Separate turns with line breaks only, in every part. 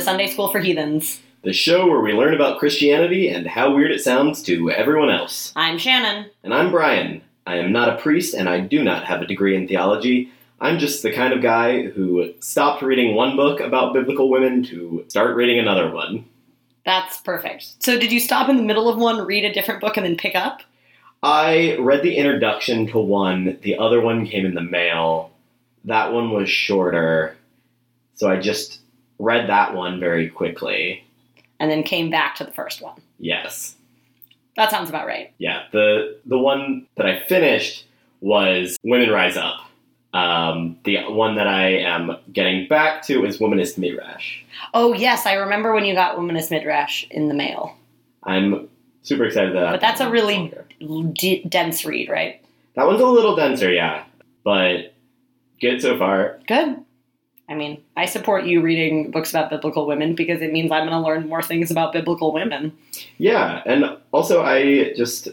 Sunday School for Heathens.
the show where we learn about Christianity and how weird it sounds to everyone else.
I'm Shannon.
And I'm Brian. I am not a priest and I do not have a degree in theology. I'm just the kind of guy who stopped reading one book about biblical women to start reading another one.
That's perfect. So, did you stop in the middle of one, read a different book, and then pick up?
I read the introduction to one, the other one came in the mail. That one was shorter, so I just read that one very quickly.
And then came back to the first one.
Yes.
That sounds about right.
Yeah, the the one that I finished was Women Rise Up. Um, the one that I am getting back to is Womanist Midrash.
Oh, yes, I remember when you got Womanist Midrash in the mail.
I'm super excited that.
But that's a really-
longer.
D- dense read, right?
that one's a little denser, yeah, but good so far.
Good. I mean, I support you reading books about biblical women because it means I'm going to learn more things about biblical women.
Yeah, and also I just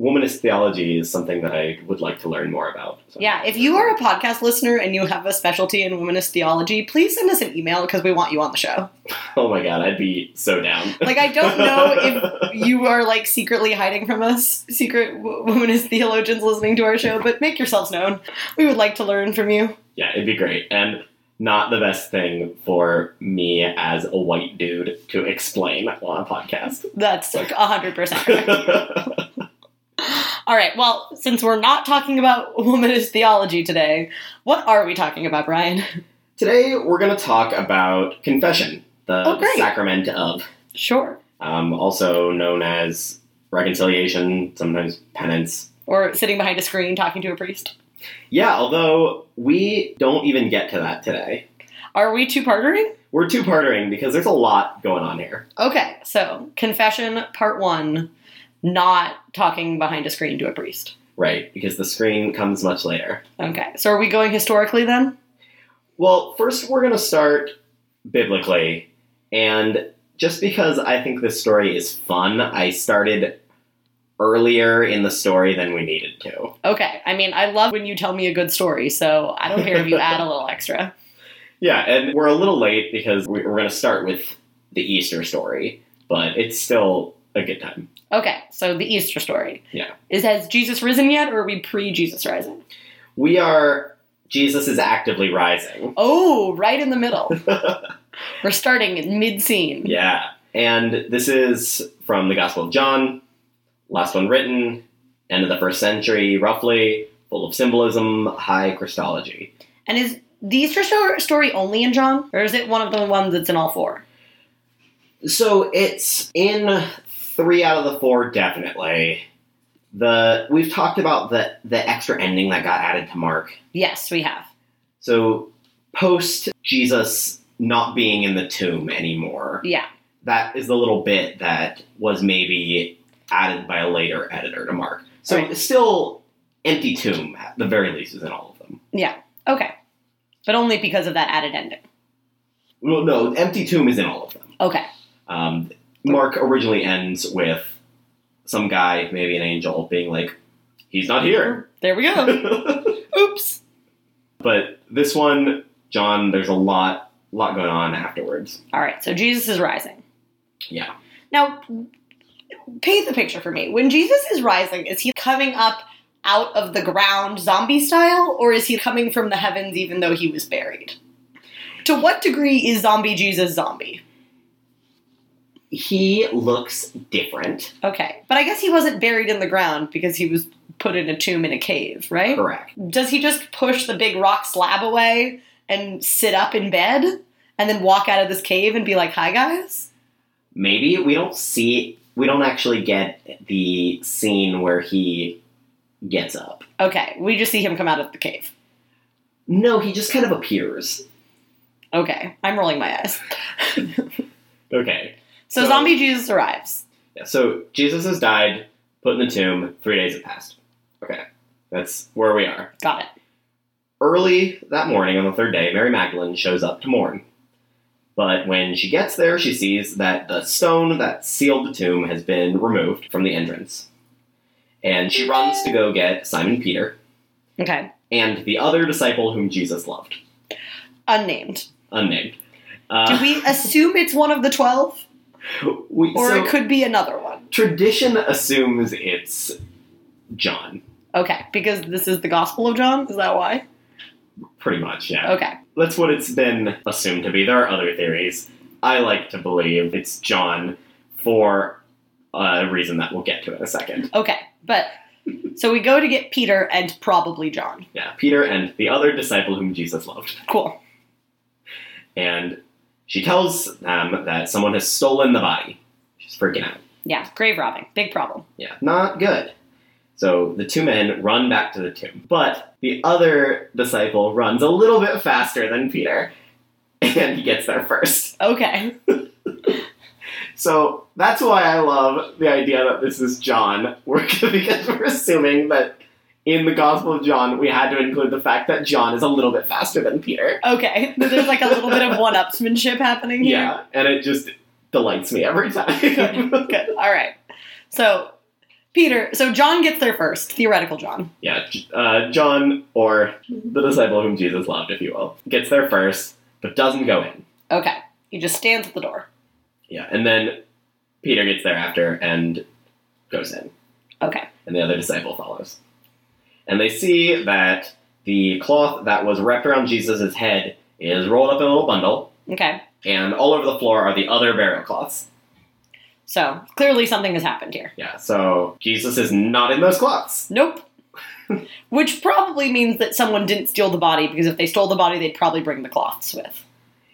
womanist theology is something that I would like to learn more about. So-
Yeah, if you are a podcast listener and you have a specialty in womanist theology, please send us an email because we want you on the show.
Oh my god, I'd be so down.
Like, I don't know if you are like secretly hiding from us, secret w- womanist theologians listening to our show, but make yourselves known. We would like to learn from you.
Yeah, it'd be great. And not the best thing for me as a white dude to explain on a podcast.
That's like 100%. right. All right, well, since we're not talking about womanist theology today, what are we talking about, Brian?
Today, we're going to talk about confession, the
Oh, great.
sacrament of,
Sure.
um, also known as reconciliation, sometimes penance.
Or sitting behind a screen talking to a priest.
Yeah, although we don't even get to that today.
Are we two partnering?
We're two partering because there's a lot going on here.
Okay, so confession part one not talking behind a screen to a priest.
Right, because the screen comes much later.
Okay, so are we going historically then?
Well, first we're going to start biblically. And just because I think this story is fun, I started earlier in the story than we needed to.
Okay, I mean, I love when you tell me a good story, so I don't care if you add a little extra.
Yeah, and we're a little late because we- we're going to start with the Easter story, but it's still a good time.
Okay, so the Easter story.
Yeah.
Is has Jesus risen yet, or are we pre Jesus rising?
We are. Jesus is actively rising.
Oh, right in the middle. We're starting in mid scene.
Yeah. And this is from the Gospel of John, last one written, end of the first century, roughly, full of symbolism, high Christology.
And is the Easter sto- story only in John, or is it one of the ones that's in all four?
So it's in three out of the four, definitely. The we've talked about the the extra ending that got added to Mark.
Yes, we have.
So post Jesus not being in the tomb anymore,
Yeah.
that is the little bit that was maybe added by a later editor to Mark. So
Right.
still empty tomb at the very least is in all of them.
Okay. But only because of that added ending.
Well, no, empty tomb is in all of them.
Okay.
Um, Mark originally ends with some guy, maybe an angel, being like, "He's not here."
There we go.
but
Oops.
this one, John, there's a lot, lot going on afterwards.
All right, so Jesus is rising.
Yeah.
Now, paint the picture for me. When Jesus is rising, is he coming up out of the ground zombie style, or is he coming from the heavens even though he was buried? To what degree is zombie Jesus zombie?
He looks different.
Okay. But I guess he wasn't buried in the ground because he was put in a tomb in a cave, right?
Correct.
Does he just push the big rock slab away and sit up in bed and then walk out of this cave and be like, hi guys?
Maybe we don't see, we don't actually get the scene where he gets up.
Okay, we just see him come out of the cave.
No, he just kind of appears.
Okay, I'm rolling my eyes.
Okay.
So,
So-
Zombie Jesus arrives.
Yeah, so Jesus has died, put in the tomb. Three days have passed. Okay, that's where we are.
Got it.
Early that morning, on the third day, Mary Magdalene shows up to mourn. But when she gets there, she sees that the stone that sealed the tomb has been removed from the entrance. And she runs to go get Simon Peter
Okay,
and the other disciple whom Jesus loved,
unnamed.
unnamed. Uh,
Do we assume it's one of the twelve,
we-
or
so
it could be another one?
tradition assumes it's John,
Okay, because this is the Gospel of John. Is that why?
pretty much. Yeah,
Okay.
that's what it's been assumed to be. There are other theories. I like to believe it's John for a reason that we'll get to in a second.
Okay, but so we go to get Peter and probably John.
Yeah, Peter and the other disciple whom Jesus loved.
Cool.
and she tells them that someone has stolen the body. She's freaking out.
Yeah, grave robbing, big problem.
Yeah, not good. So the two men run back to the tomb, but the other disciple runs a little bit faster than Peter, and he gets there first.
Okay.
So that's why I love the idea that this is John, We're- because we're assuming that in the Gospel of John, we had to include the fact that John is a little bit faster than Peter.
Okay. There's like a little bit of one-upsmanship happening here.
Yeah, and it just delights me every time.
Good. Good. All right. So Peter, so John gets there first, theoretical John.
Yeah, J- uh, John, or the disciple whom Jesus loved, if you will, gets there first, but doesn't go in.
Okay. He just stands at the door.
Yeah, and then Peter gets there after and goes in,
Okay.
and the other disciple follows. And they see that the cloth that was wrapped around Jesus' head is rolled up in a little bundle,
Okay.
and all over the floor are the other burial cloths.
So clearly something has happened here.
Yeah, so Jesus is not in those cloths.
Nope. Which probably means that someone didn't steal the body because if they stole the body, they'd probably bring the cloths with.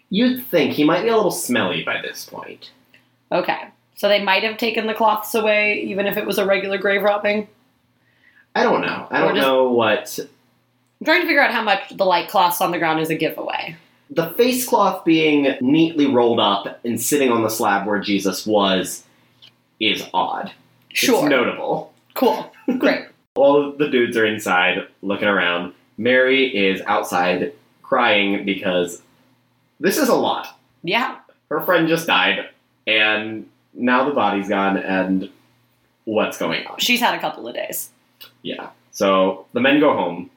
You'd think he might be a little smelly by this point.
Okay. So they might have taken the cloths away, even if it was a regular grave robbing.
I don't know. I don't
Or just-
know what
I'm trying to figure out how much the light cloths on the ground is a giveaway.
The face cloth being neatly rolled up and sitting on the slab where Jesus was is odd.
Sure.
It's notable.
cool. Great.
All the dudes are inside looking around. Mary is outside crying because this is a lot.
Yeah.
Her friend just died, and now the body's gone, and what's going on?
She's had a couple of days.
Yeah. So the men go home.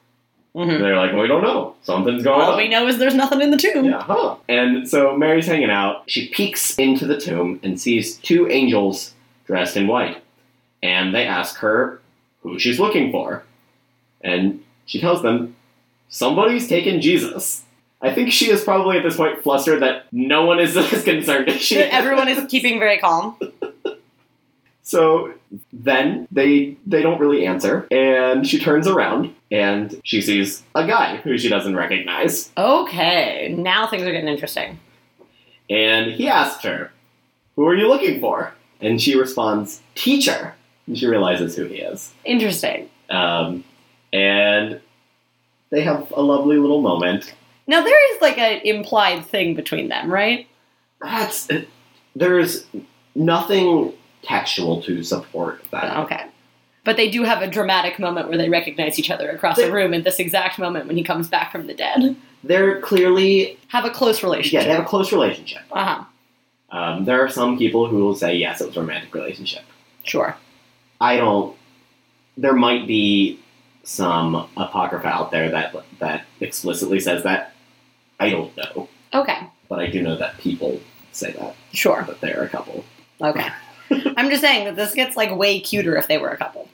hmm
They're like, well, we don't know. Something's going
All
on.
we know is there's nothing in the tomb.
Yeah, huh. And so Mary's hanging out. She peeks into the tomb and sees two angels dressed in white. And they ask her who she's looking for. And she tells them, somebody's taken Jesus. I think she is probably at this point flustered that no one is as concerned as she is.
Everyone is keeping very calm.
So then they they don't really answer, and she turns around and she sees a guy who she doesn't recognize.
Okay. Now things are getting interesting.
And he asked her, Who are you looking for? And she responds, Teacher. And she realizes who he is.
Interesting.
Um, and they have a lovely little moment.
Now there is like an implied thing between them, right?
That's. There's nothing textual to support that.
Oh, Okay. But they do have a dramatic moment where they recognize each other across
They-
the room at this exact moment when he comes back from the dead.
They're clearly.
Have a close
Yeah,
relationship.
they have a close relationship.
Uh huh.
Um, there are some people who will say, Yes, it was a romantic relationship.
Sure.
I don't. There might be some apocrypha out there that that explicitly says that. I don't know,
Okay.
but I do know that people say that
Sure.
that they're a couple.
Okay. I'm just saying that this gets like way cuter if they were a couple.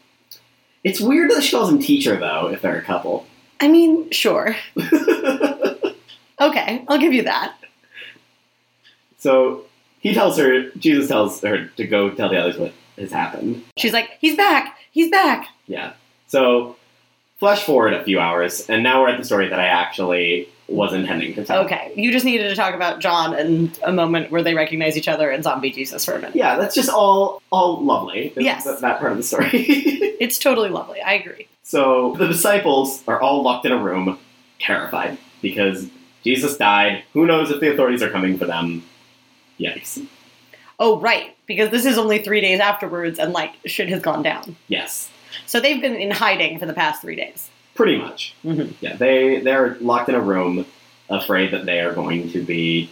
It's weird that she calls him teacher though, if they're a couple.
I mean, sure. Okay, I'll give you that.
so he tells her. Jesus tells her to go tell the others what has happened.
She's like, he's back, he's back.
Yeah. So flash forward a few hours, and now we're at the story that I actually was intending to tell.
Okay, you just needed to talk about John and a moment where they recognize each other and zombie Jesus for a minute.
Yeah, that's just all all lovely.
Yes.
That- that part of the story.
It's totally lovely, I agree.
So the disciples are all locked in a room, terrified because Jesus died. Who knows if the authorities are coming for them? Yikes.
Oh, right, because this is only three days afterwards and like shit has gone down.
Yes,
So they've been in hiding for the past three days.
pretty much.
Mhm.
Yeah, they they're locked in a room, afraid that they are going to be.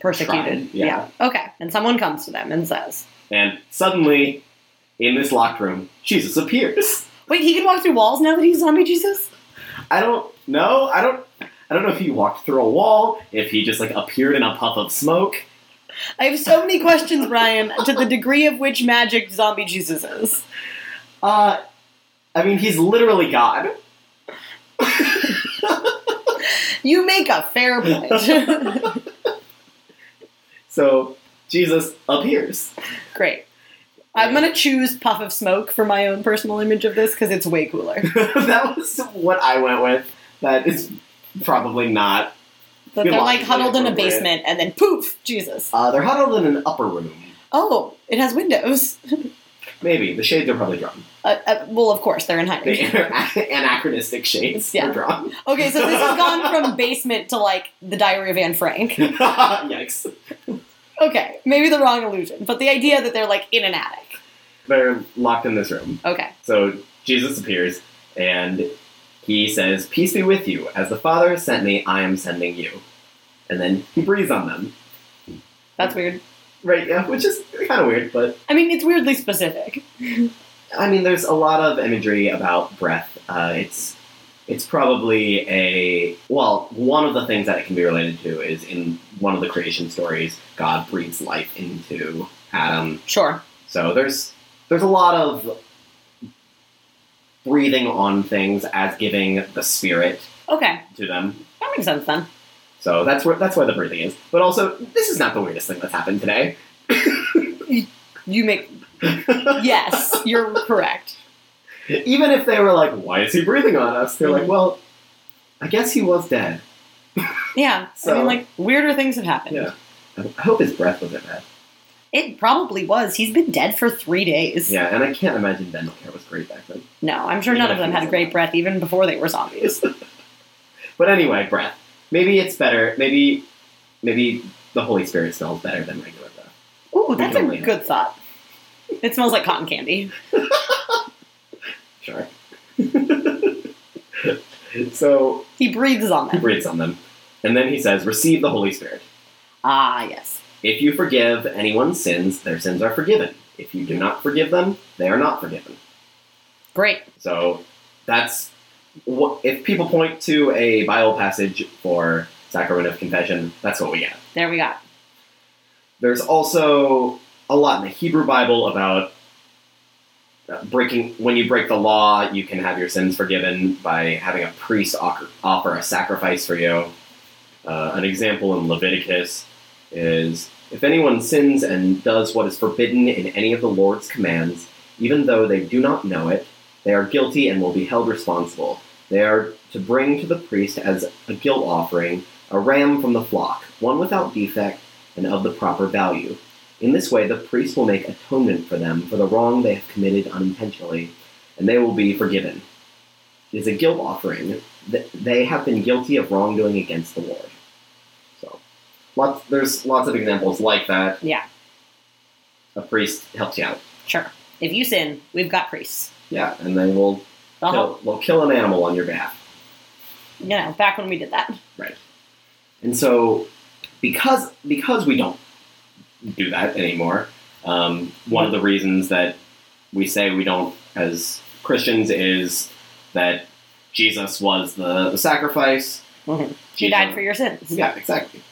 Persecuted.
Tried, yeah.
Okay, and someone comes to them and says,
And suddenly, in this locked room, Jesus appears.
Wait, he can walk through walls now that he's zombie Jesus?
I don't know. I don't. I don't know if he walked through a wall, if he just like appeared in a puff of smoke.
I have so many questions, Ryan, to the degree of which magic zombie Jesus is.
Uh, I mean, he's literally God.
You make a fair point.
So Jesus appears.
Great. I'm gonna choose puff of smoke for my own personal image of this because it's way cooler.
that was what I went with. That is probably not.
But
Good
they're
luck.
like huddled in a
Appropriate.
basement and then poof, Jesus.
Uh, they're huddled in an upper room.
Oh, it has windows.
Maybe the shades are probably drawn.
Uh, uh, well, of course they're in
The
hiding.
anachronistic shades
Yeah.
are drawn.
Okay, so this has gone from basement to like the Diary of Anne Frank.
Yikes!
Okay, maybe the wrong illusion, but the idea that they're like in an attic.
They're locked in this room.
Okay,
So Jesus appears and he says, Peace be with you. As the Father has sent me, I am sending you. And then he breathes on them.
that's weird.
Right, yeah, which is kind of weird, but
I mean, it's weirdly specific.
I mean, there's a lot of imagery about breath. Uh, it's it's probably a well, one of the things that it can be related to is in one of the creation stories, God breathes life into Adam.
Sure.
So there's there's a lot of breathing on things as giving the spirit
Okay,
to them.
that makes sense then.
So that's where that's where the breathing is. But also, this is not the weirdest thing that's happened today.
You make yes, you're correct.
Even if they were like, "Why is he breathing on us?" They're like, "Well, I guess he was dead."
Yeah, I
So-
mean, like weirder things have happened.
Yeah. I hope his breath wasn't bad.
It probably was. He's been dead for three days.
Yeah, and I can't imagine dental care was great back then.
No, I'm sure none of them had a great breath even before they were zombies.
But anyway, breath. Maybe it's better. Maybe, maybe the Holy Spirit smells better than regular breath.
Ooh, that's a good thought. It smells like cotton candy.
Sure. so
He breathes on
he
them.
breathes on them, and then he says, "Receive the Holy Spirit.
Ah, yes.
If you forgive anyone's sins, their sins are forgiven. If you do not forgive them, they are not forgiven."
Great.
So that's what if people point to a Bible passage for sacrament of confession, that's what we get.
There we got.
There's also a lot in the Hebrew Bible about uh, breaking when you break the law, you can have your sins forgiven by having a priest offer, offer a sacrifice for you. Uh, an example in Leviticus is if anyone sins and does what is forbidden in any of the Lord's commands, even though they do not know it, they are guilty and will be held responsible. They are to bring to the priest as a guilt offering a ram from the flock, one without defect and of the proper value. In this way, the priest will make atonement for them for the wrong they have committed unintentionally, and they will be forgiven. It is a guilt offering. Th- They have been guilty of wrongdoing against the Lord. So, lots, there's lots of examples like that.
Yeah.
A priest helps you out.
Sure. If you sin, we've got priests.
Yeah, and they will
They'll help.
kill, will kill an animal on your behalf.
You know, back when we did that.
And so, because because we don't do that anymore, um, one of the reasons that we say we don't as Christians is that Jesus was the, the sacrifice.
Mhm. He
Jesus-
died for your sins.
yeah, exactly.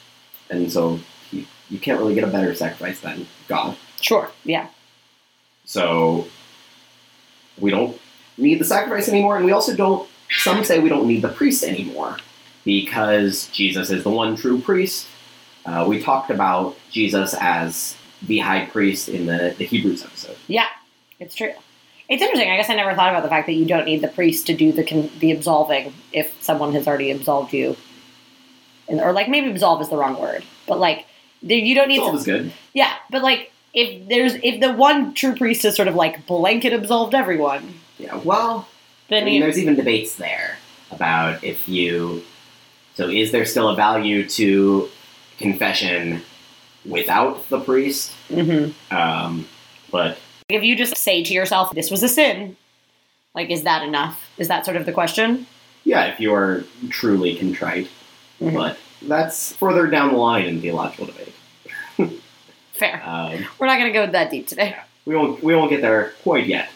And so you, you can't really get a better sacrifice than God.
Sure. Yeah.
So we don't need the sacrifice anymore, and we also don't. Some say we don't need the priest anymore because Jesus is the one true priest. Uh, we talked about Jesus as the high priest in the, the Hebrews episode.
Yeah. It's true. It's interesting. I guess I never thought about the fact that you don't need the priest to do the con- the absolving if someone has already absolved you, and, or like maybe absolve is the wrong word, but like there- you don't need
It's
to
always good.
Yeah, but like if there's if the one true priest is sort of like blanket absolved everyone,
Yeah. Well, I
then
mean,
you,
there's even debates there about if you. So is there still a value to confession without the priest?
Mhm.
Um, but
if you just say to yourself, "This was a sin," like is that enough? Is that sort of the question?
yeah, if you are truly contrite.
Mhm.
But that's further down the line in theological debate.
Fair.
Um,
We're not going to go that deep today.
we won't we won't get there quite yet.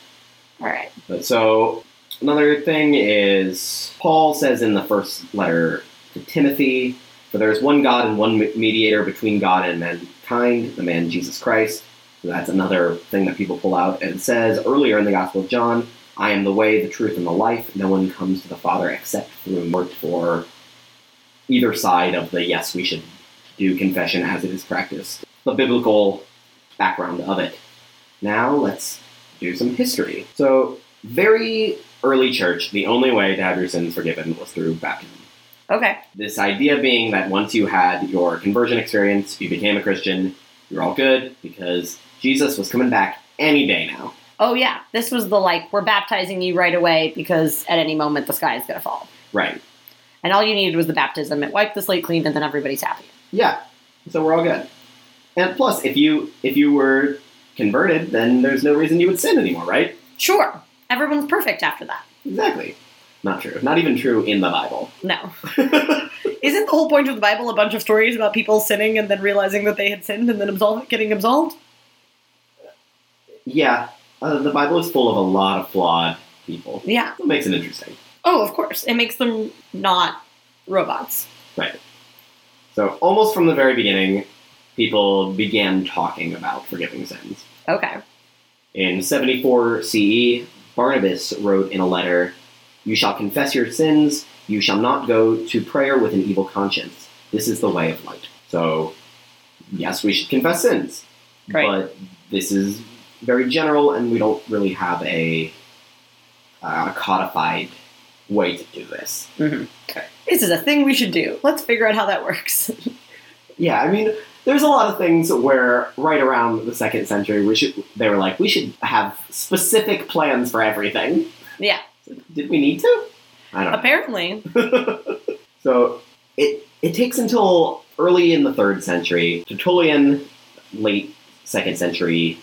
All right.
But so another thing is Paul says in the first letter to Timothy, for there is one God and one me- mediator between God and mankind, the man Jesus Christ. So that's another thing that people pull out. And it says earlier in the Gospel of John, I am the way, the truth, and the life. No one comes to the Father except through me. Worked for either side of the yes, we should do confession as it is practiced. The biblical background of it. Now let's do some history. So, very early church, the only way to have your sins forgiven was through baptism.
Okay.
This idea being that once you had your conversion experience, you became a Christian, you're all good because Jesus was coming back any day now.
Oh yeah, this was the like we're baptizing you right away because at any moment the sky is gonna fall.
Right.
And all you needed was the baptism. It wiped the slate clean, and then everybody's happy.
Yeah. So we're all good. And plus, if you if you were converted, then there's no reason you would sin anymore, right?
Sure, everyone's perfect after that.
Exactly. Not true. Not even true in the Bible.
No, isn't the whole point of the Bible a bunch of stories about people sinning and then realizing that they had sinned and then absolve- getting absolved?
yeah, uh, the Bible is full of a lot of flawed people.
Yeah.
That makes it interesting.
Oh, of course, it makes them not robots.
So almost from the very beginning, people began talking about forgiving sins.
Okay.
In 74 CE, Barnabas wrote in a letter, You shall confess your sins, you shall not go to prayer with an evil conscience. This is the way of light. So, yes, we should confess sins.
Right.
But this is very general, and we don't really have a uh, codified way to do this.
This is a thing we should do. Let's figure out how that works.
Yeah, I mean, there's a lot of things where right around the second century, we should they were like, we should have specific plans for everything.
Yeah.
Did we need to? I don't know.
Apparently.
So it it takes until early in the third century. Tertullian, late second century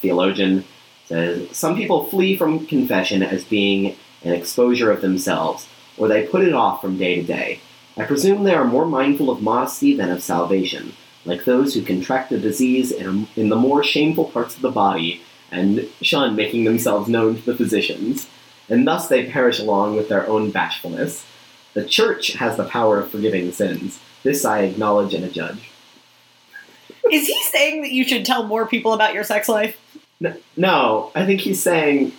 theologian, says some people flee from confession as being an exposure of themselves, or they put it off from day to day. I presume they are more mindful of modesty than of salvation, like those who contract the disease in, in the more shameful parts of the body and shun making themselves known to the physicians, and thus they perish along with their own bashfulness. The church has the power of forgiving sins. This I acknowledge and adjudge.
Is he saying that you should tell more people about your sex life?
No, I think he's saying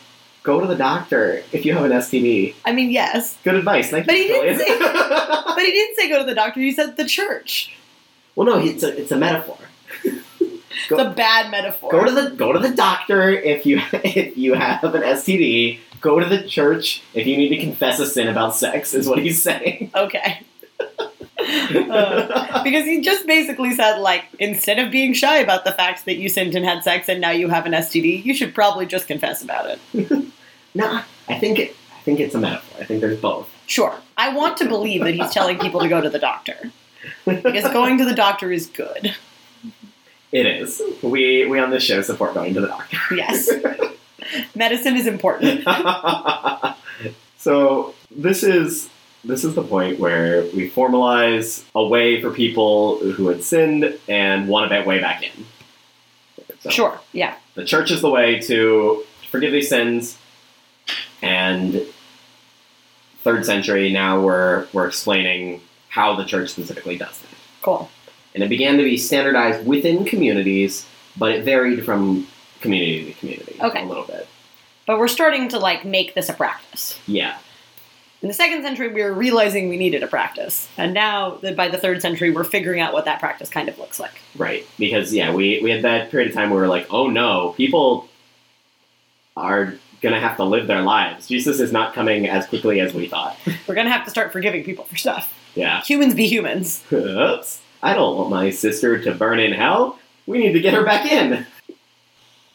go to the doctor if you have an STD.
I mean, yes.
Good advice. Thank
But
you,
he didn't
Julian.
But he didn't say go to the doctor, he said the church.
well, no, it's a, it's a metaphor. Go-
it's a bad metaphor.
Go to the go to the doctor if you if you have an STD. Go to the church if you need to confess a sin about sex. Is what he's saying.
okay. Uh, because he just basically said, like, instead of being shy about the fact that you sinned and had sex and now you have an STD, you should probably just confess about it.
nah, I think it, I think it's a metaphor. I think there's both.
Sure. I want to believe that he's telling people to go to the doctor. Because going to the doctor is good.
It is. We we on this show support going to the doctor.
Yes. Medicine is important.
so this is this is the point where we formalize a way for people who had sinned and want to bet way back in. So
Sure. Yeah.
The church is the way to forgive these sins, and third century now we're we're explaining how the church specifically does that
Cool.
and it began to be standardized within communities, but it varied from community to community
Okay.
a little bit.
But we're starting to like make this a practice.
Yeah,
In the second century, we were realizing we needed a practice, and now that by the third century, we're figuring out what that practice kind of looks like.
right. Because yeah, we we had that period of time where we were like, oh no, people are gonna have to live their lives. Jesus is not coming as quickly as we thought.
We're gonna have to start forgiving people for stuff.
Yeah.
Humans be humans.
Oops. I don't want my sister to burn in hell. We need to get her back in.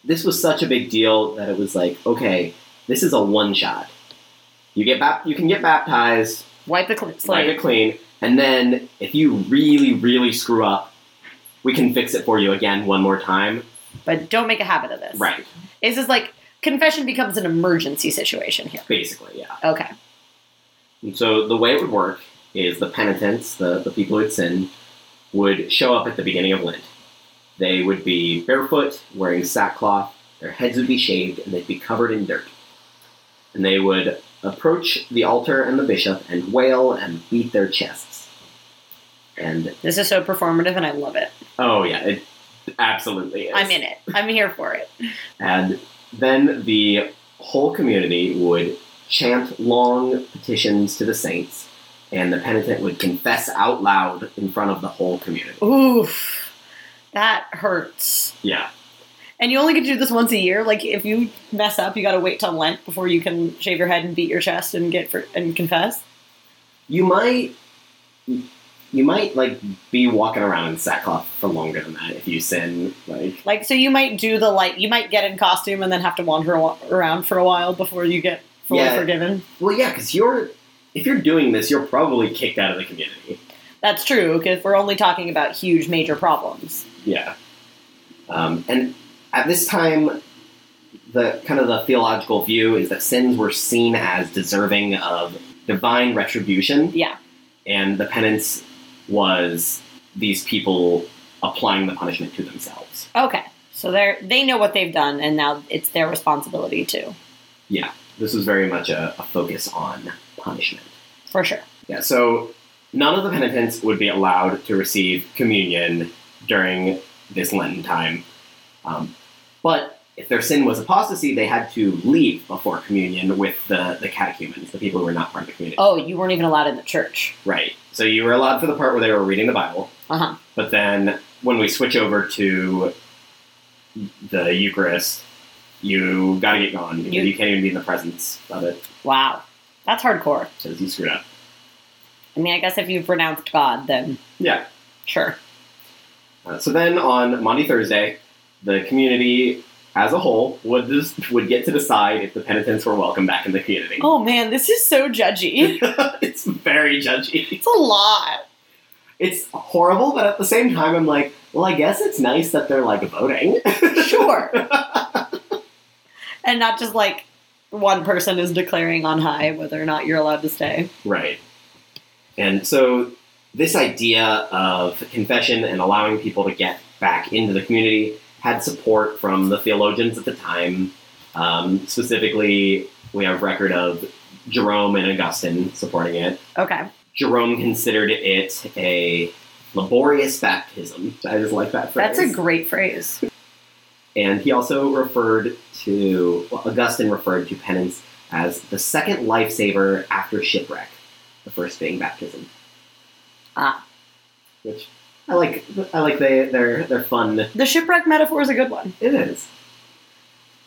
This was such a big deal that it was like, okay, this is a one shot. You get bap- you can get baptized
Wipe the cl-
wipe
slate.
it clean, and then if you really, really screw up, we can fix it for you again one more time.
but don't make a habit of this.
Right,
This is like confession becomes an emergency situation here.
basically, yeah.
Okay.
And so the way it would work is the penitents, the, the people who had sinned, would show up at the beginning of Lent. They would be barefoot, wearing sackcloth, their heads would be shaved, and they'd be covered in dirt. And they would approach the altar and the bishop and wail and beat their chests. And
This is so performative, and I love it.
oh yeah, it absolutely is.
I'm in it. I'm here for it.
And then the whole community would chant long petitions to the saints, and the penitent would confess out loud in front of the whole community.
Oof, that hurts.
Yeah.
And you only get to do this once a year. Like if you mess up, you got to wait till Lent before you can shave your head and beat your chest and get for, and confess.
You might you might like be walking around in sackcloth for longer than that if you sin like
Like so, you might do the like you might get in costume and then have to wander a- around for a while before you get fully
Yeah.
forgiven.
well yeah because you're if you're doing this you're probably kicked out of the community
That's true because we're only talking about huge major problems.
Yeah. Um, and at this time, the kind of the theological view is that sins were seen as deserving of divine retribution.
Yeah.
And the penance was these people applying the punishment to themselves.
Okay, so they they know what they've done, and now it's their responsibility too,
This was very much a, a focus on punishment.
for sure.
Yeah, so none of the penitents would be allowed to receive communion during this Lenten time. Um, but if their sin was apostasy, they had to leave before communion with the, the catechumens, the people who were not part of the community.
Oh, you weren't even allowed in the church.
Right. So you were allowed for the part where they were reading the Bible,
Uh huh.
but then when we switch over to the Eucharist, you gotta get gone. You,
You-
you can't even be in the presence of it
Wow, that's hardcore.
because you screwed up.
I mean, I guess if you've renounced God, then
Yeah.
sure.
Uh, so then on Monday, Thursday, the community as a whole would just, would get to decide if the penitents were welcome back in the community.
Oh man, this is so judgy.
it's very judgy.
It's a lot.
It's horrible, but at the same time, I'm like, well, I guess it's nice that they're like voting.
Sure. and not just like one person is declaring on high whether or not you're allowed to stay.
Right. And so this idea of confession and allowing people to get back into the community had support from the theologians at the time. Um, specifically, we have record of Jerome and Augustine supporting it.
Okay.
Jerome considered it a laborious baptism. I just like that phrase.
That's a great phrase.
and he also referred to well, Augustine referred to penance as the second lifesaver after shipwreck, the first being baptism.
Ah.
Which I like. I like they they're they're fun. It
The shipwreck metaphor is a good one.
is.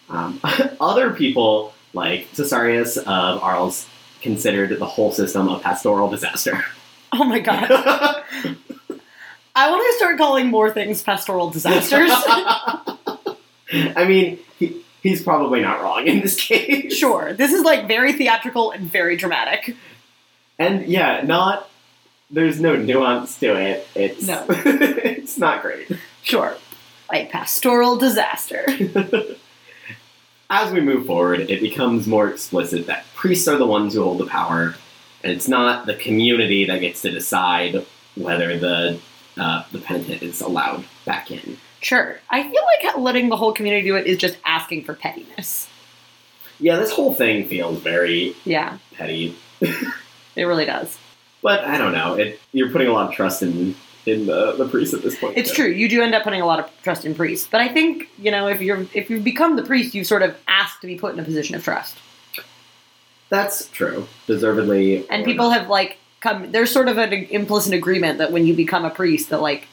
Um, other people like Cesarius of Arles considered the whole system a pastoral disaster.
Oh my god. I want to start calling more things pastoral disasters.
I mean, he, he's probably not wrong in this case.
sure. This is like very theatrical and very dramatic.
And yeah, not there's no nuance to it. It's
No.
it's not great.
Sure. A pastoral disaster.
As we move forward, it becomes more explicit that priests are the ones who hold the power, and it's not the community that gets to decide whether the uh, the penitent is allowed back in.
Sure. I feel like letting the whole community do it is just asking for pettiness.
Yeah, this whole thing feels very
Yeah,
petty,
it really does.
but I don't know. It, you're putting a lot of trust in in the, the priest at this point.
It's
too.
true. You do end up putting a lot of trust in priests, but I think you know if you're if you've become the priest, you've sort of asked to be put in a position of trust,
That's true. Deservedly.
and people have like come. There's sort of an implicit agreement that when you become a priest, that like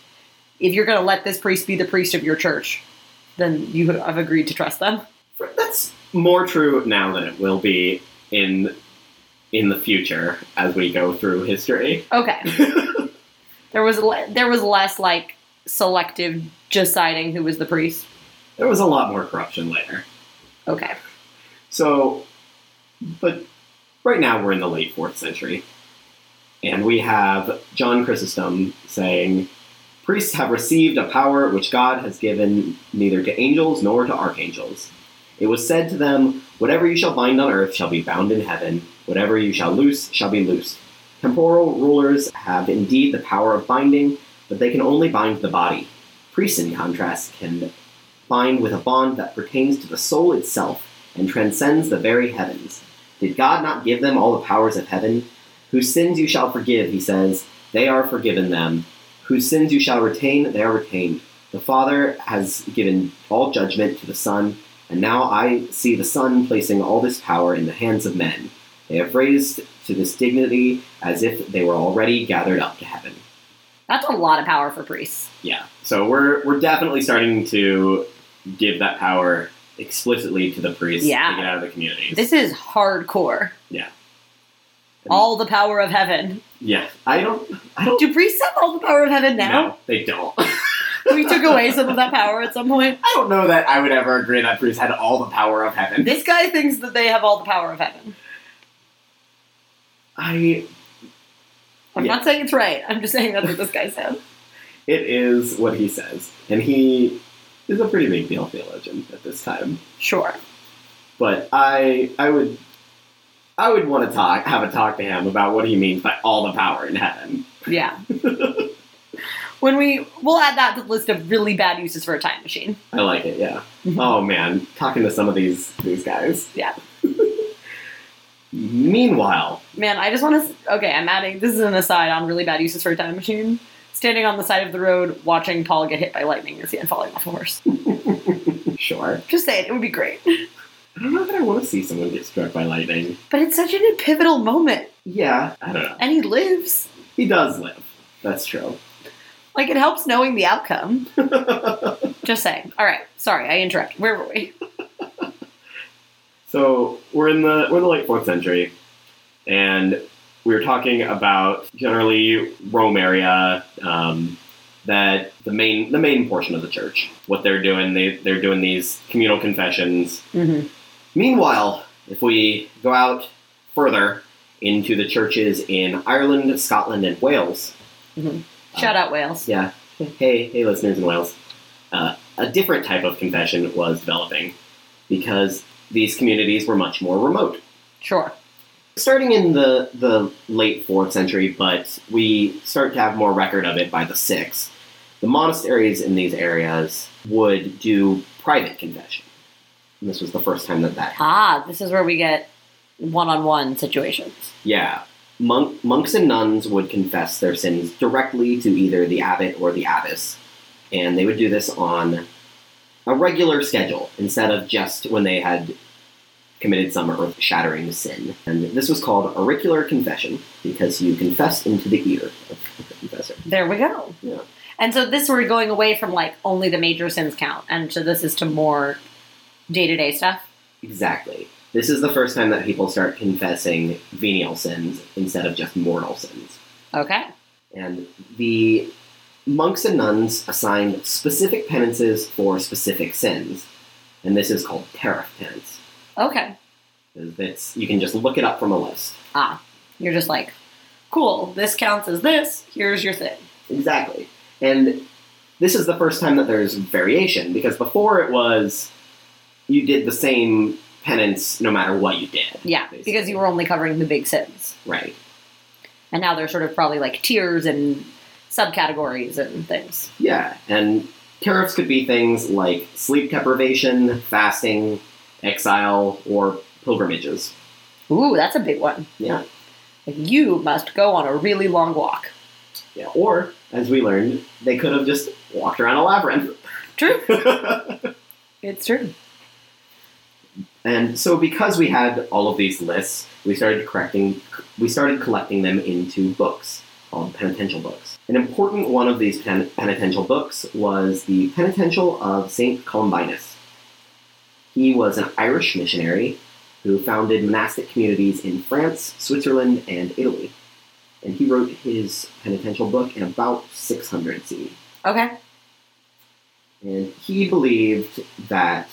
if you're going to let this priest be the priest of your church, then you have agreed to trust them.
That's more true now than it will be in in the future as we go through history.
Okay. there was le- there was less like selective deciding who was the priest.
There was a lot more corruption later.
Okay.
So, but right now we're in the late fourth century, and we have John Chrysostom saying, Priests have received a power which God has given neither to angels nor to archangels. It was said to them, Whatever you shall bind on earth shall be bound in heaven, whatever you shall loose shall be loosed. Temporal rulers have indeed the power of binding, but they can only bind the body. Priests, in contrast, can bind with a bond that pertains to the soul itself and transcends the very heavens. Did God not give them all the powers of heaven? Whose sins you shall forgive, he says, They are forgiven them. Whose sins you shall retain, they are retained. The Father has given all judgment to the Son, and now I see the Son placing all this power in the hands of men. They have raised to this dignity as if they were already gathered up to heaven.
That's a lot of power for priests.
Yeah. So we're we're definitely starting to give that power explicitly to the priests
Yeah.
to get out of the community.
This is hardcore.
Yeah.
All the power of heaven.
yeah. I don't I don't
Do priests have all the power of heaven now?
No, they don't.
we took away some of that power at some point.
I don't know that I would ever agree that priests had all the power of heaven.
This guy thinks that they have all the power of heaven.
I
I'm
Yeah.
not saying it's right. I'm just saying that's what this guy said.
it is what he says. And he is a pretty big deal theologian at this time.
Sure.
But I I would I would want to talk have a talk to him about what he means by all the power in heaven.
Yeah. when we we'll add that to the list of really bad uses for a time machine.
I like it, yeah. Oh man, talking to some of these these guys.
Mm-hmm. Yeah.
Meanwhile,
Man, I just want to. Okay, I'm adding. This is an aside on really bad uses for a time machine. Standing on the side of the road, watching Paul get hit by lightning as he had falling off a horse.
sure.
Just saying, it would be great.
I don't know that I want to see someone get struck by lightning.
But it's such a pivotal moment,
Yeah, I don't know.
and he lives.
He does live. That's true.
Like it helps knowing the outcome. Just saying. All right, sorry, I interrupted. Where were we?
So we're in the we're in the late fourth century, and we were talking about generally Rome area. Um, that the main the main portion of the church, what they're doing, they they're doing these communal confessions.
Mm-hmm.
Meanwhile, if we go out further into the churches in Ireland, Scotland, and Wales,
Shout out Wales.
yeah, hey, hey, listeners in Wales, uh, a different type of confession was developing because these communities were much more remote.
Sure.
Starting in the, the late fourth century, but we start to have more record of it by the sixth, the monasteries in these areas would do private confession. And this was the first time that that happened.
Ah, this is where we get one-on-one situations.
Yeah. Monk, monks and nuns would confess their sins directly to either the abbot or the abbess, and they would do this on a regular schedule instead of just when they had committed some earth shattering sin. And this was called auricular confession because you confess into the ear of the confessor.
There we go.
Yeah.
And so this we're going away from like only the major sins count, and so this is to more day-to-day stuff.
Exactly. This is the first time that people start confessing venial sins instead of just mortal sins.
Okay.
And the monks and nuns assigned specific penances for specific sins. And this is called tariff penance.
Okay.
It's, you can just look it up from a list.
Ah, you're just like, cool. This counts as this. Here's your thing.
Exactly. And this is the first time that there's variation, because before it was you did the same penance no matter what you did.
Yeah,
Basically.
because you were only covering the big sins,
Right.
and now they're sort of probably like tiers and subcategories and things.
Yeah. And tariffs could be things like sleep deprivation, fasting, exile, or pilgrimages.
Ooh, that's a big one.
Yeah.
Like you must go on a really long walk.
Yeah, or as we learned, they could have just walked around a labyrinth.
True. It's true.
and so, because we had all of these lists, we started correcting, we started collecting them into books called penitential books. An important one of these pen, penitential books was the Penitential of Saint Columbanus. He was an Irish missionary who founded monastic communities in France, Switzerland, and Italy. And he wrote his penitential book in about 600 CE.
Okay.
And he believed that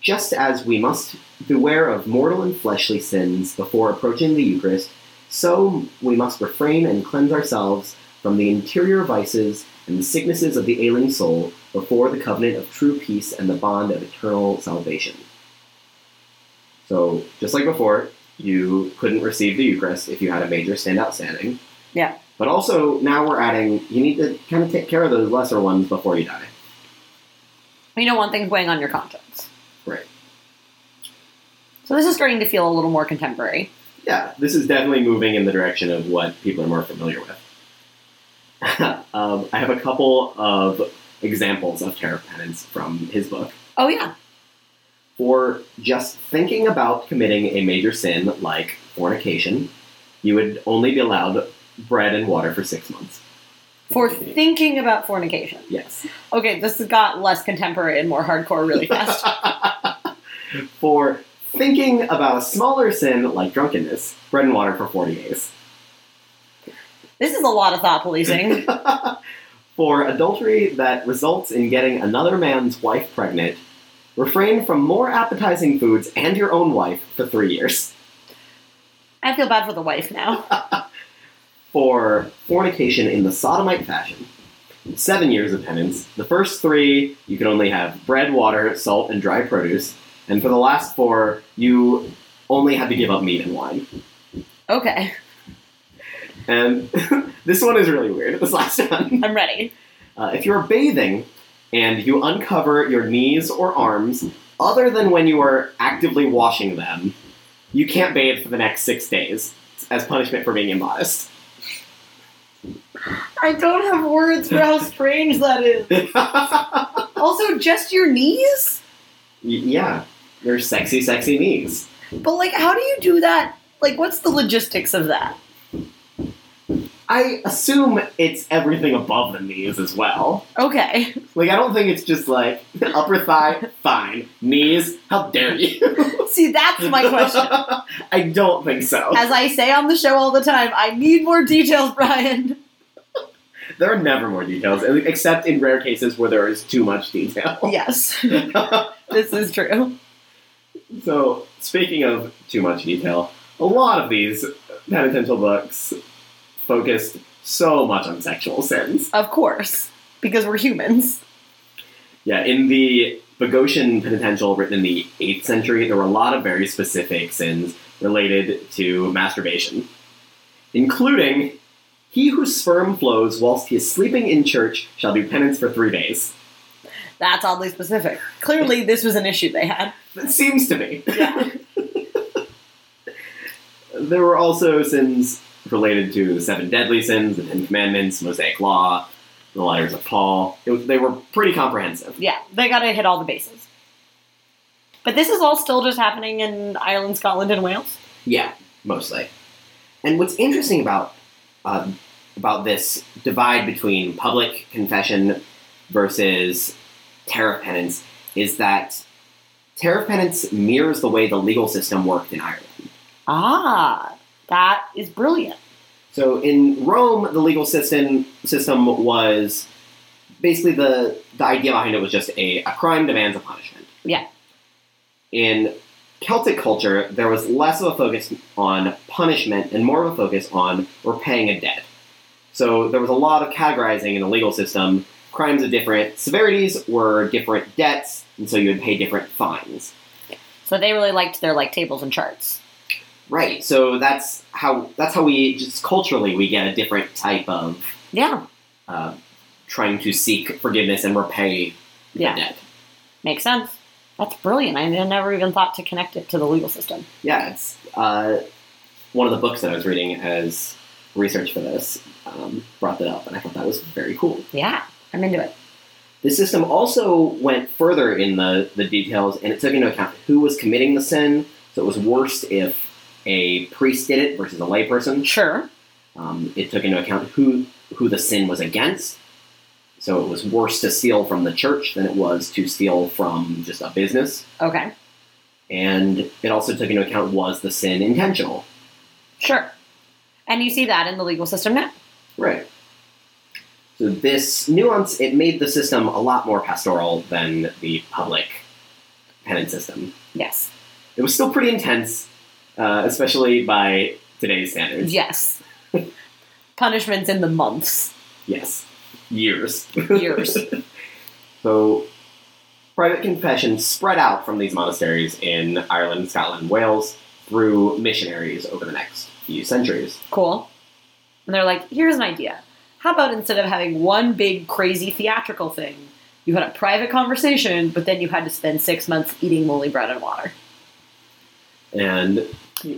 just as we must beware of mortal and fleshly sins before approaching the Eucharist, so we must refrain and cleanse ourselves from the interior vices and the sicknesses of the ailing soul before the covenant of true peace and the bond of eternal salvation. So, just like before, you couldn't receive the Eucharist if you had a major sin outstanding.
Yeah.
But also, now we're adding, you need to kind of take care of those lesser ones before you die.
You don't want things weighing on your conscience.
Right.
So this is starting to feel a little more contemporary.
Yeah, this is definitely moving in the direction of what people are more familiar with. um, I have a couple of examples of terror penance from his book.
Oh, yeah.
For just thinking about committing a major sin like fornication, you would only be allowed bread and water for six months.
For thinking about fornication.
Yes.
Okay, this has got less contemporary and more hardcore really fast.
for thinking about a smaller sin like drunkenness, bread and water for 40 days.
this is a lot of thought policing.
For adultery that results in getting another man's wife pregnant, refrain from more appetizing foods and your own wife for three years.
I feel bad for the wife now.
For fornication in the sodomite fashion, seven years of penance. The first three, you can only have bread, water, salt, and dry produce. And for the last four, you only had to give up meat and wine.
Okay,
And this one is really weird, this last one.
I'm ready.
Uh, if you're bathing and you uncover your knees or arms other than when you are actively washing them, you can't bathe for the next six days as punishment for being immodest.
I don't have words for how strange that is.
Y-
Also, just your knees?
yeah, your sexy, sexy knees.
But, like, how do you do that? Like, what's the logistics of that?
I assume it's everything above the knees as well.
Okay.
Like, I don't think it's just like upper thigh, fine. Knees, how dare you?
See, that's my question.
I don't think so.
As I say on the show all the time, I need more details, Brian.
There are never more details, except in rare cases where there is too much detail.
Yes, this is true.
so, speaking of too much detail, a lot of these penitential books focused so much on sexual sins.
Of course, because we're humans.
Yeah, in the Boghossian Penitential, written in the 8th century, there were a lot of very specific sins related to masturbation, including he whose sperm flows whilst he is sleeping in church shall do penance for three days.
That's oddly specific. Clearly, this was an issue they had.
It seems to be.
Yeah.
There were also sins related to the seven deadly sins, the Ten Commandments, Mosaic Law, the letters of Paul. It was, they were pretty comprehensive.
Yeah, they got to hit all the bases. But this is all still just happening in Ireland, Scotland, and Wales.
Yeah, mostly. And what's interesting about uh, about this divide between public confession versus terror penance is that terror penance mirrors the way the legal system worked in Ireland.
Ah, that is brilliant.
So in Rome, the legal system system was basically the the idea behind it was just a, a crime demands a punishment.
Yeah.
In Celtic culture, there was less of a focus on punishment and more of a focus on repaying a debt. So there was a lot of categorizing in the legal system. Crimes of different severities were different debts, and so you would pay different fines.
So they really liked their like tables and charts.
Right. So that's how that's how we just culturally we get a different type of
Yeah,
uh, trying to seek forgiveness and repay
Yeah.
the debt.
makes sense. That's brilliant. I never even thought to connect it to the legal system.
Yeah, it's uh, one of the books that I was reading as research for this um, brought that up, and I thought that was very cool.
Yeah, I'm into it.
The system also went further in the, the details, and it took into account who was committing the sin, so it was worse if a priest did it versus a layperson.
Sure.
Um, it took into account who who the sin was against. So it was worse to steal from the church than it was to steal from just a business.
Okay.
and it also took into account was the sin intentional
Sure. And you see that in the legal system now.
right so this nuance it made the system a lot more pastoral than the public penance system
Yes.
it was still pretty intense uh, especially by today's standards
Yes. Punishments in the months,
yes years
years.
so private confession spread out from these monasteries in ireland scotland and wales through missionaries over the next few centuries
cool. And they're like, here's an idea. How about instead of having one big crazy theatrical thing, you had a private conversation, but then you had to spend six months eating moldy bread and water.
and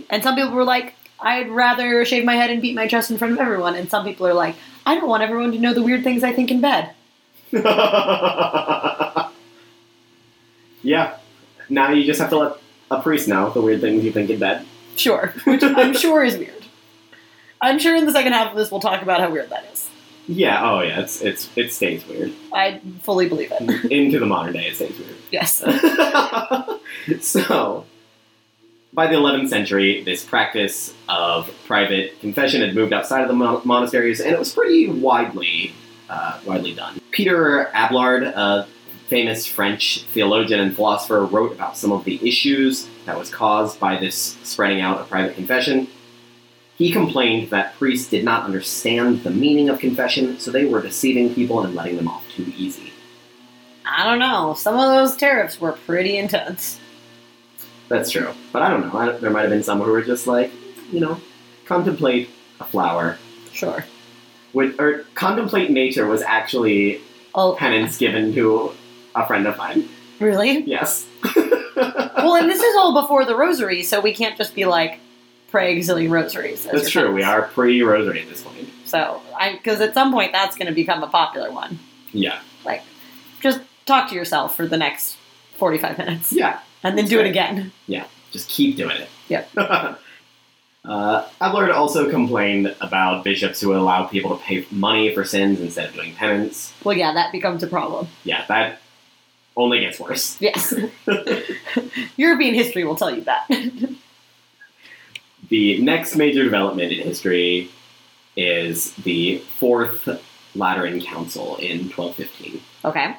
And some people were like, I'd rather shave my head and beat my chest in front of everyone. And some people are like, I don't want everyone to know the weird things I think in bed.
yeah. Now you just have to let a priest know the weird things you think in bed.
Sure. Which I'm sure is weird. I'm sure in the second half of this we'll talk about how weird that is.
Yeah. Oh, yeah. It's it's it stays weird
I fully believe it.
into the modern day. It stays weird.
Yes.
so, by the 11th century, this practice of private confession had moved outside of the mon- monasteries, and it was pretty widely uh, widely done. Peter Abelard, a famous French theologian and philosopher, wrote about some of the issues that was caused by this spreading out of private confession. He complained that priests did not understand the meaning of confession, so they were deceiving people and letting them off too easy.
I don't know. Some of those tariffs were pretty intense.
That's true. But I don't know. I, there might have been some who were just like, you know, contemplate a flower.
Sure.
Which, or contemplate nature was actually
Oh,
penance given to a friend of mine.
really?
Yes.
Well, and this is all before the rosary, so we can't just be like, pray exilium rosaries. as
That's
your
true. We
penance.
are pre rosary at this point.
So, I because at some point that's going to become a popular one.
Yeah.
Like, just talk to yourself for the next 45 minutes
Yeah.
and then
That's
do
right.
it again.
Just keep doing it.
Yep.
Uh, Abelard also complained about bishops who would allow people to pay money for sins instead of doing penance.
Well, yeah, that becomes a problem.
Yeah, that only gets worse.
Yes. European history will tell you that.
The next major development in history is the Fourth Lateran Council in 1215.
okay.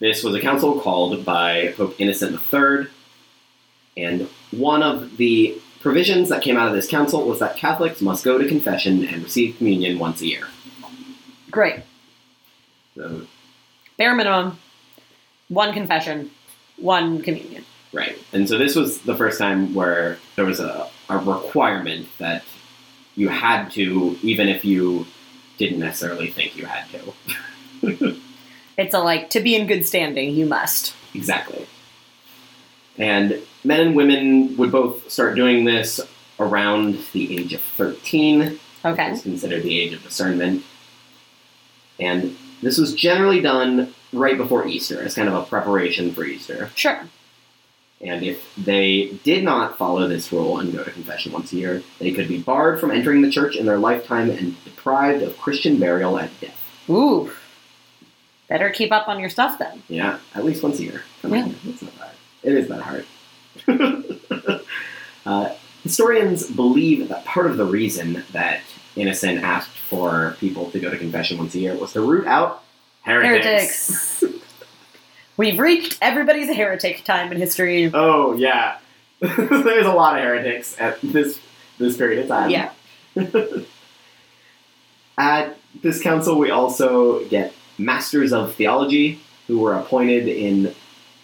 This was a council called by Pope Innocent III, and one of the provisions that came out of this council was that Catholics must go to confession and receive communion once a year.
Great.
So,
Bare minimum, one confession, one communion.
right. And so this was the first time where there was a, a requirement that you had to, even if you didn't necessarily think you had to.
It's a like, to be in good standing, you must.
Exactly. And men and women would both start doing this around the age of 13.
Okay.
It's considered the age of discernment. And this was generally done right before Easter as kind of a preparation for Easter.
Sure.
And if they did not follow this rule and go to confession once a year, they could be barred from entering the church in their lifetime and deprived of Christian burial at death.
Ooh. Better keep up on your stuff then.
Yeah, at least once a year. Come on, it's not that. It is that hard. uh, historians believe that part of the reason that Innocent asked for people to go to confession once a year was to root out heretics.
Heretics. We've reached everybody's a heretic time in history.
Oh yeah, there's a lot of heretics at this this period of time.
Yeah.
At this council, we also get masters of theology who were appointed in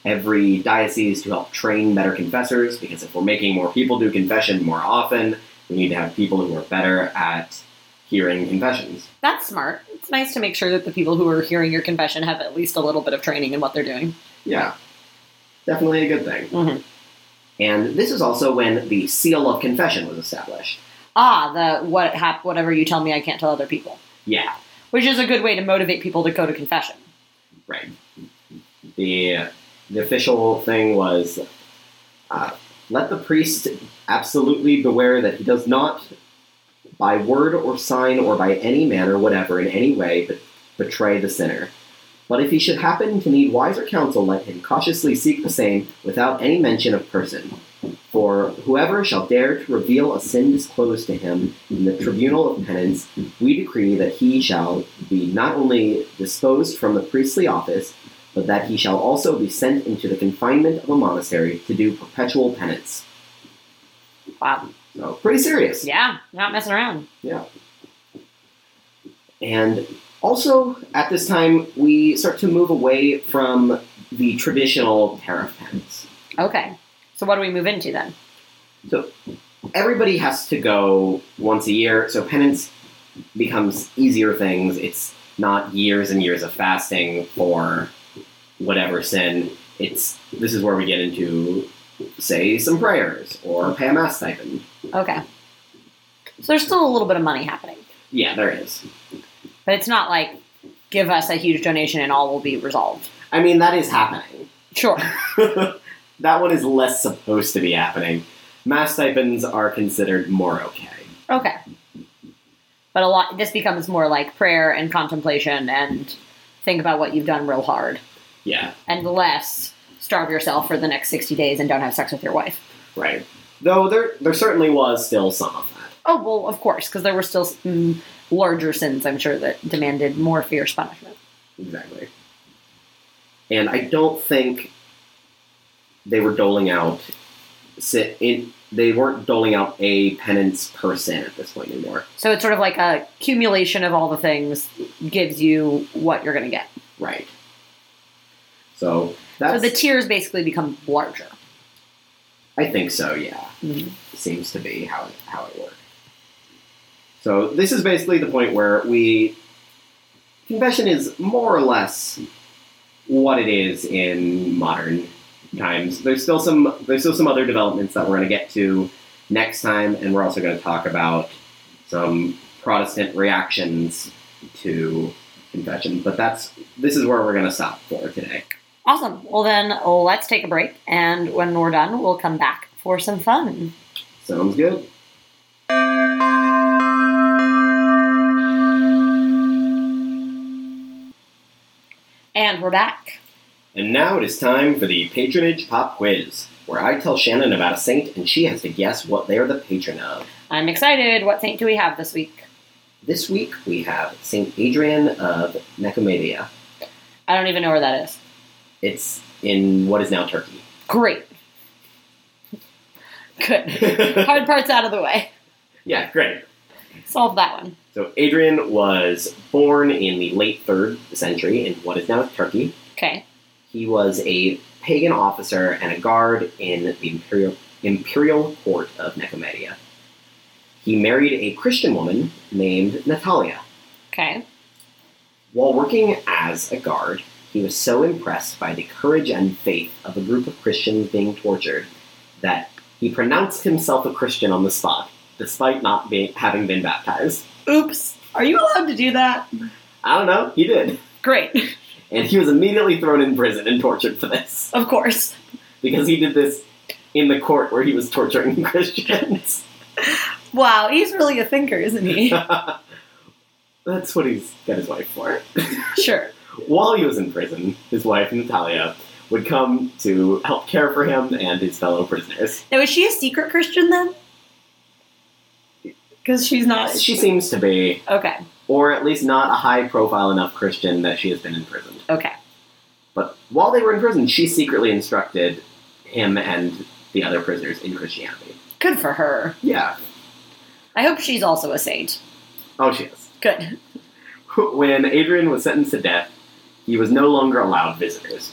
every diocese to help train better confessors. Because if we're making more people do confession more often, we need to have people who are better at hearing confessions.
That's smart. It's nice to make sure that the people who are hearing your confession have at least a little bit of training in what they're doing.
Yeah, definitely a good thing.
Mhm.
And this is also when the seal of confession was established.
Ah, the what hap- whatever you tell me, I can't tell other people,
Yeah,
which is a good way to motivate people to go to confession.
Right. The the official thing was uh, let the priest absolutely beware that he does not, by word or sign or by any manner whatever in any way, but betray the sinner. But if he should happen to need wiser counsel, let him cautiously seek the same without any mention of person. For whoever shall dare to reveal a sin disclosed to him in the tribunal of penance, we decree that he shall be not only disposed from the priestly office, but that he shall also be sent into the confinement of a monastery to do perpetual penance.
Wow.
So, pretty serious.
Yeah, not messing around.
And also, at this time, we start to move away from the traditional tariff penance.
Okay. So what do we move into then?
So, everybody has to go once a year, so penance becomes easier things. It's not years and years of fasting for whatever sin. It's this is where we get into, say, some prayers or pay a mass stipend.
Okay. So there's still a little bit of money happening.
Yeah, there is.
But it's not like give us a huge donation and all will be resolved.
I mean, that is happening.
Sure.
that one is less supposed to be happening. Mass stipends are considered more okay.
Okay. But a lot this becomes more like prayer and contemplation and think about what you've done real hard
Yeah,
and less starve yourself for the next 60 days and don't have sex with your wife.
right. Though there, there certainly was still some of that.
Oh, well, of course, because there were still mm, larger sins, I'm sure, that demanded more fierce punishment.
Exactly. And I don't think they were doling out. si- In, they weren't doling out a penance per sin at this point anymore.
So it's sort of like a accumulation of all the things gives you what you're going to get.
Right. So that's.
so the tiers basically become larger.
I think so. Yeah. Seems to be how it, how it works. So this is basically the point where we confession is more or less what it is in modern times. There's still some there's still some other developments that we're going to get to next time, and we're also going to talk about some Protestant reactions to confession. But that's this is where we're going to stop for today.
Awesome. Well, then let's take a break, and when we're done, we'll come back for some fun.
Sounds good.
And we're back.
And now it is time for the patronage pop quiz, where I tell Shannon about a saint and she has to guess what they are the patron of.
I'm excited. What saint do we have this week?
This week we have Saint Adrian of Nicomedia.
I don't even know where that is.
It's in what is now Turkey.
Great. Good. Hard parts out of the way.
yeah, great.
Solve that one.
So Adrian was born in the late third century in what is now Turkey.
Okay.
He was a pagan officer and a guard in the imperial imperial court of Nicomedia. He married a Christian woman named Natalia.
Okay.
While working as a guard, he was so impressed by the courage and faith of a group of Christians being tortured that he pronounced himself a Christian on the spot, despite not being, having been baptized.
Oops. Are you allowed to do that?
I don't know, he did.
Great.
And he was immediately thrown in prison and tortured for this,
Of course.
because he did this in the court where he was torturing Christians.
Wow, he's really a thinker, isn't he?
That's what he's got his wife for.
sure.
While he was in prison, his wife, Natalia, would come to help care for him and his fellow prisoners.
Now, is she a secret Christian then? Because she's not.
Uh, She seems to be,
Okay.
or at least not a high profile enough Christian that she has been imprisoned.
Okay.
But while they were in prison, she secretly instructed him and the other prisoners in Christianity.
Good for her.
Yeah.
I hope she's also a saint.
Oh, she is.
Good.
When Adrian was sentenced to death, he was no longer allowed visitors.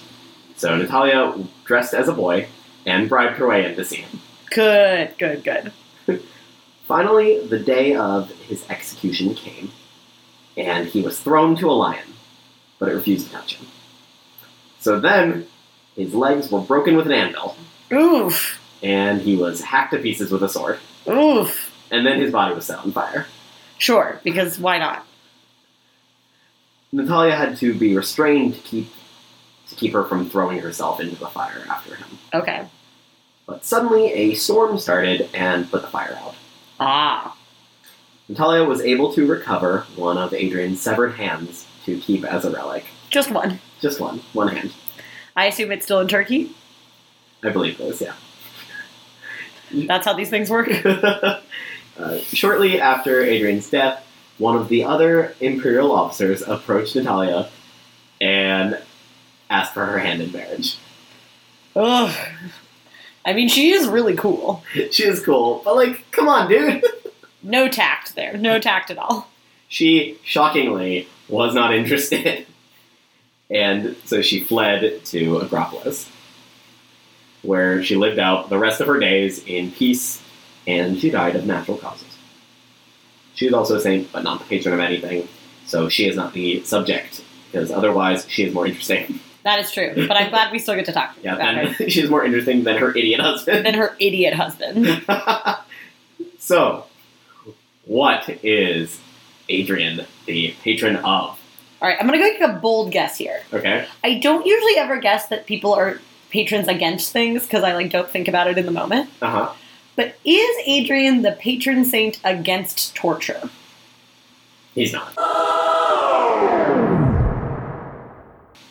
So Natalia dressed as a boy and bribed her way in to see him.
Good, good, good.
Finally, the day of his execution came, and he was thrown to a lion, but it refused to touch him. So then, his legs were broken with an anvil,
Oof.
and he was hacked to pieces with a sword,
Oof.
and then his body was set on fire.
Sure, because why not?
Natalia had to be restrained to keep to keep her from throwing herself into the fire after him.
Okay.
But suddenly a storm started and put the fire out.
Ah.
Natalia was able to recover one of Adrian's severed hands to keep as a relic.
Just one.
Just one, one hand.
I assume it's still in Turkey.
I believe those, yeah.
That's how these things work.
Uh, shortly after Adrian's death, one of the other imperial officers approached Natalia and asked for her hand in marriage.
Ugh. I mean, she is really cool.
She is cool, but like, come on, dude.
No tact there. No tact at all.
She shockingly was not interested, and so she fled to Acropolis, where she lived out the rest of her days in peace, and she died of natural causes. She is also a saint, but not the patron of anything, so she is not the subject, because otherwise she is more interesting.
That is true. But I'm glad we still get to talk
Yeah,
about her.
than, she is more interesting than her idiot husband.
Than her idiot husband.
so, What is Adrian, the patron of?
All right, I'm going to make a bold guess here.
Okay.
I don't usually ever guess that people are patrons against things because I like don't think about it in the moment.
Uh huh.
But is Adrian the patron saint against torture?
He's not.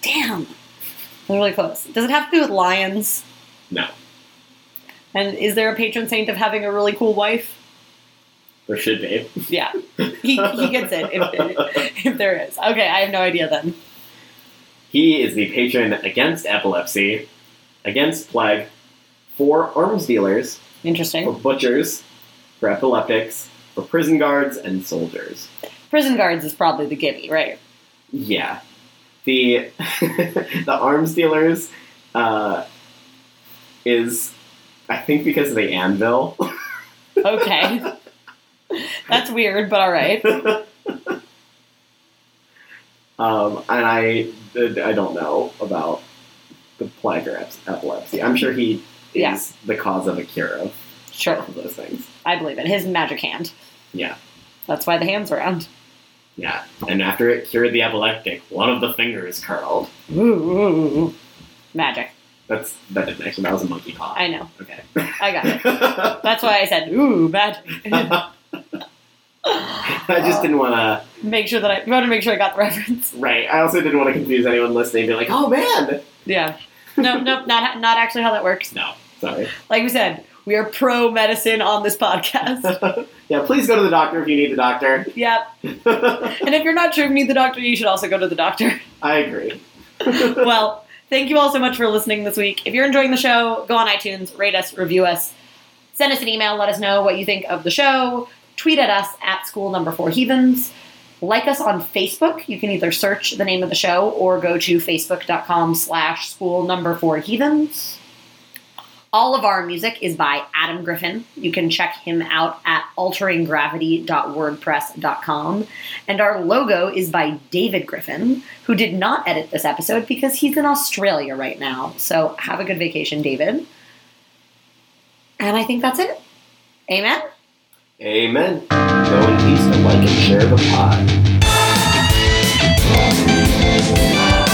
Damn. I'm really close. Does it have to do with lions?
No.
And is there a patron saint of having a really cool wife?
There should be.
Yeah. He, he gets it if, if there is. Okay, I have no idea then.
He is the patron against epilepsy, against plague, for arms dealers, for
Interesting.
butchers, for epileptics, for prison guards, and soldiers.
Prison guards is probably the gimme, right?
Yeah. The the arms dealers uh, is I think because of the anvil.
Okay. That's weird, but all right.
Um, and I I don't know about the plague or ep- epilepsy. I'm sure he is
Yeah.
the cause of a cure of
Sure.
both of those things.
I believe it. His magic hand.
Yeah.
That's why the hand's around.
Yeah. And after it cured the epileptic, one of the fingers curled.
Ooh, ooh, ooh. Magic.
That's that didn't actually that was a monkey paw.
I know.
okay.
I got it. That's why I said, ooh, magic.
I just didn't want to.
make sure that I you want to make sure I got the reference.
Right. I also didn't want to confuse anyone listening. Be like, oh man.
Yeah. No, no, not not actually how that works.
No. Sorry.
Like we said, we are pro medicine on this podcast.
Yeah. Please go to the doctor if you need the doctor.
yep. And if you're not sure if you need the doctor, you should also go to the doctor.
I agree.
well, thank you all so much for listening this week. If you're enjoying the show, go on iTunes, rate us, review us, send us an email, let us know what you think of the show. Tweet at us at school number four heathens. Like us on Facebook. You can either search the name of the show or go to facebook.com slash school number four heathens. All of our music is by Adam Griffin. You can check him out at alteringgravity.wordpress.com. And our logo is by David Griffin, who did not edit this episode because he's in Australia right now. So have a good vacation, David. And I think that's it. Amen.
Amen. Go in peace and like and share the pod.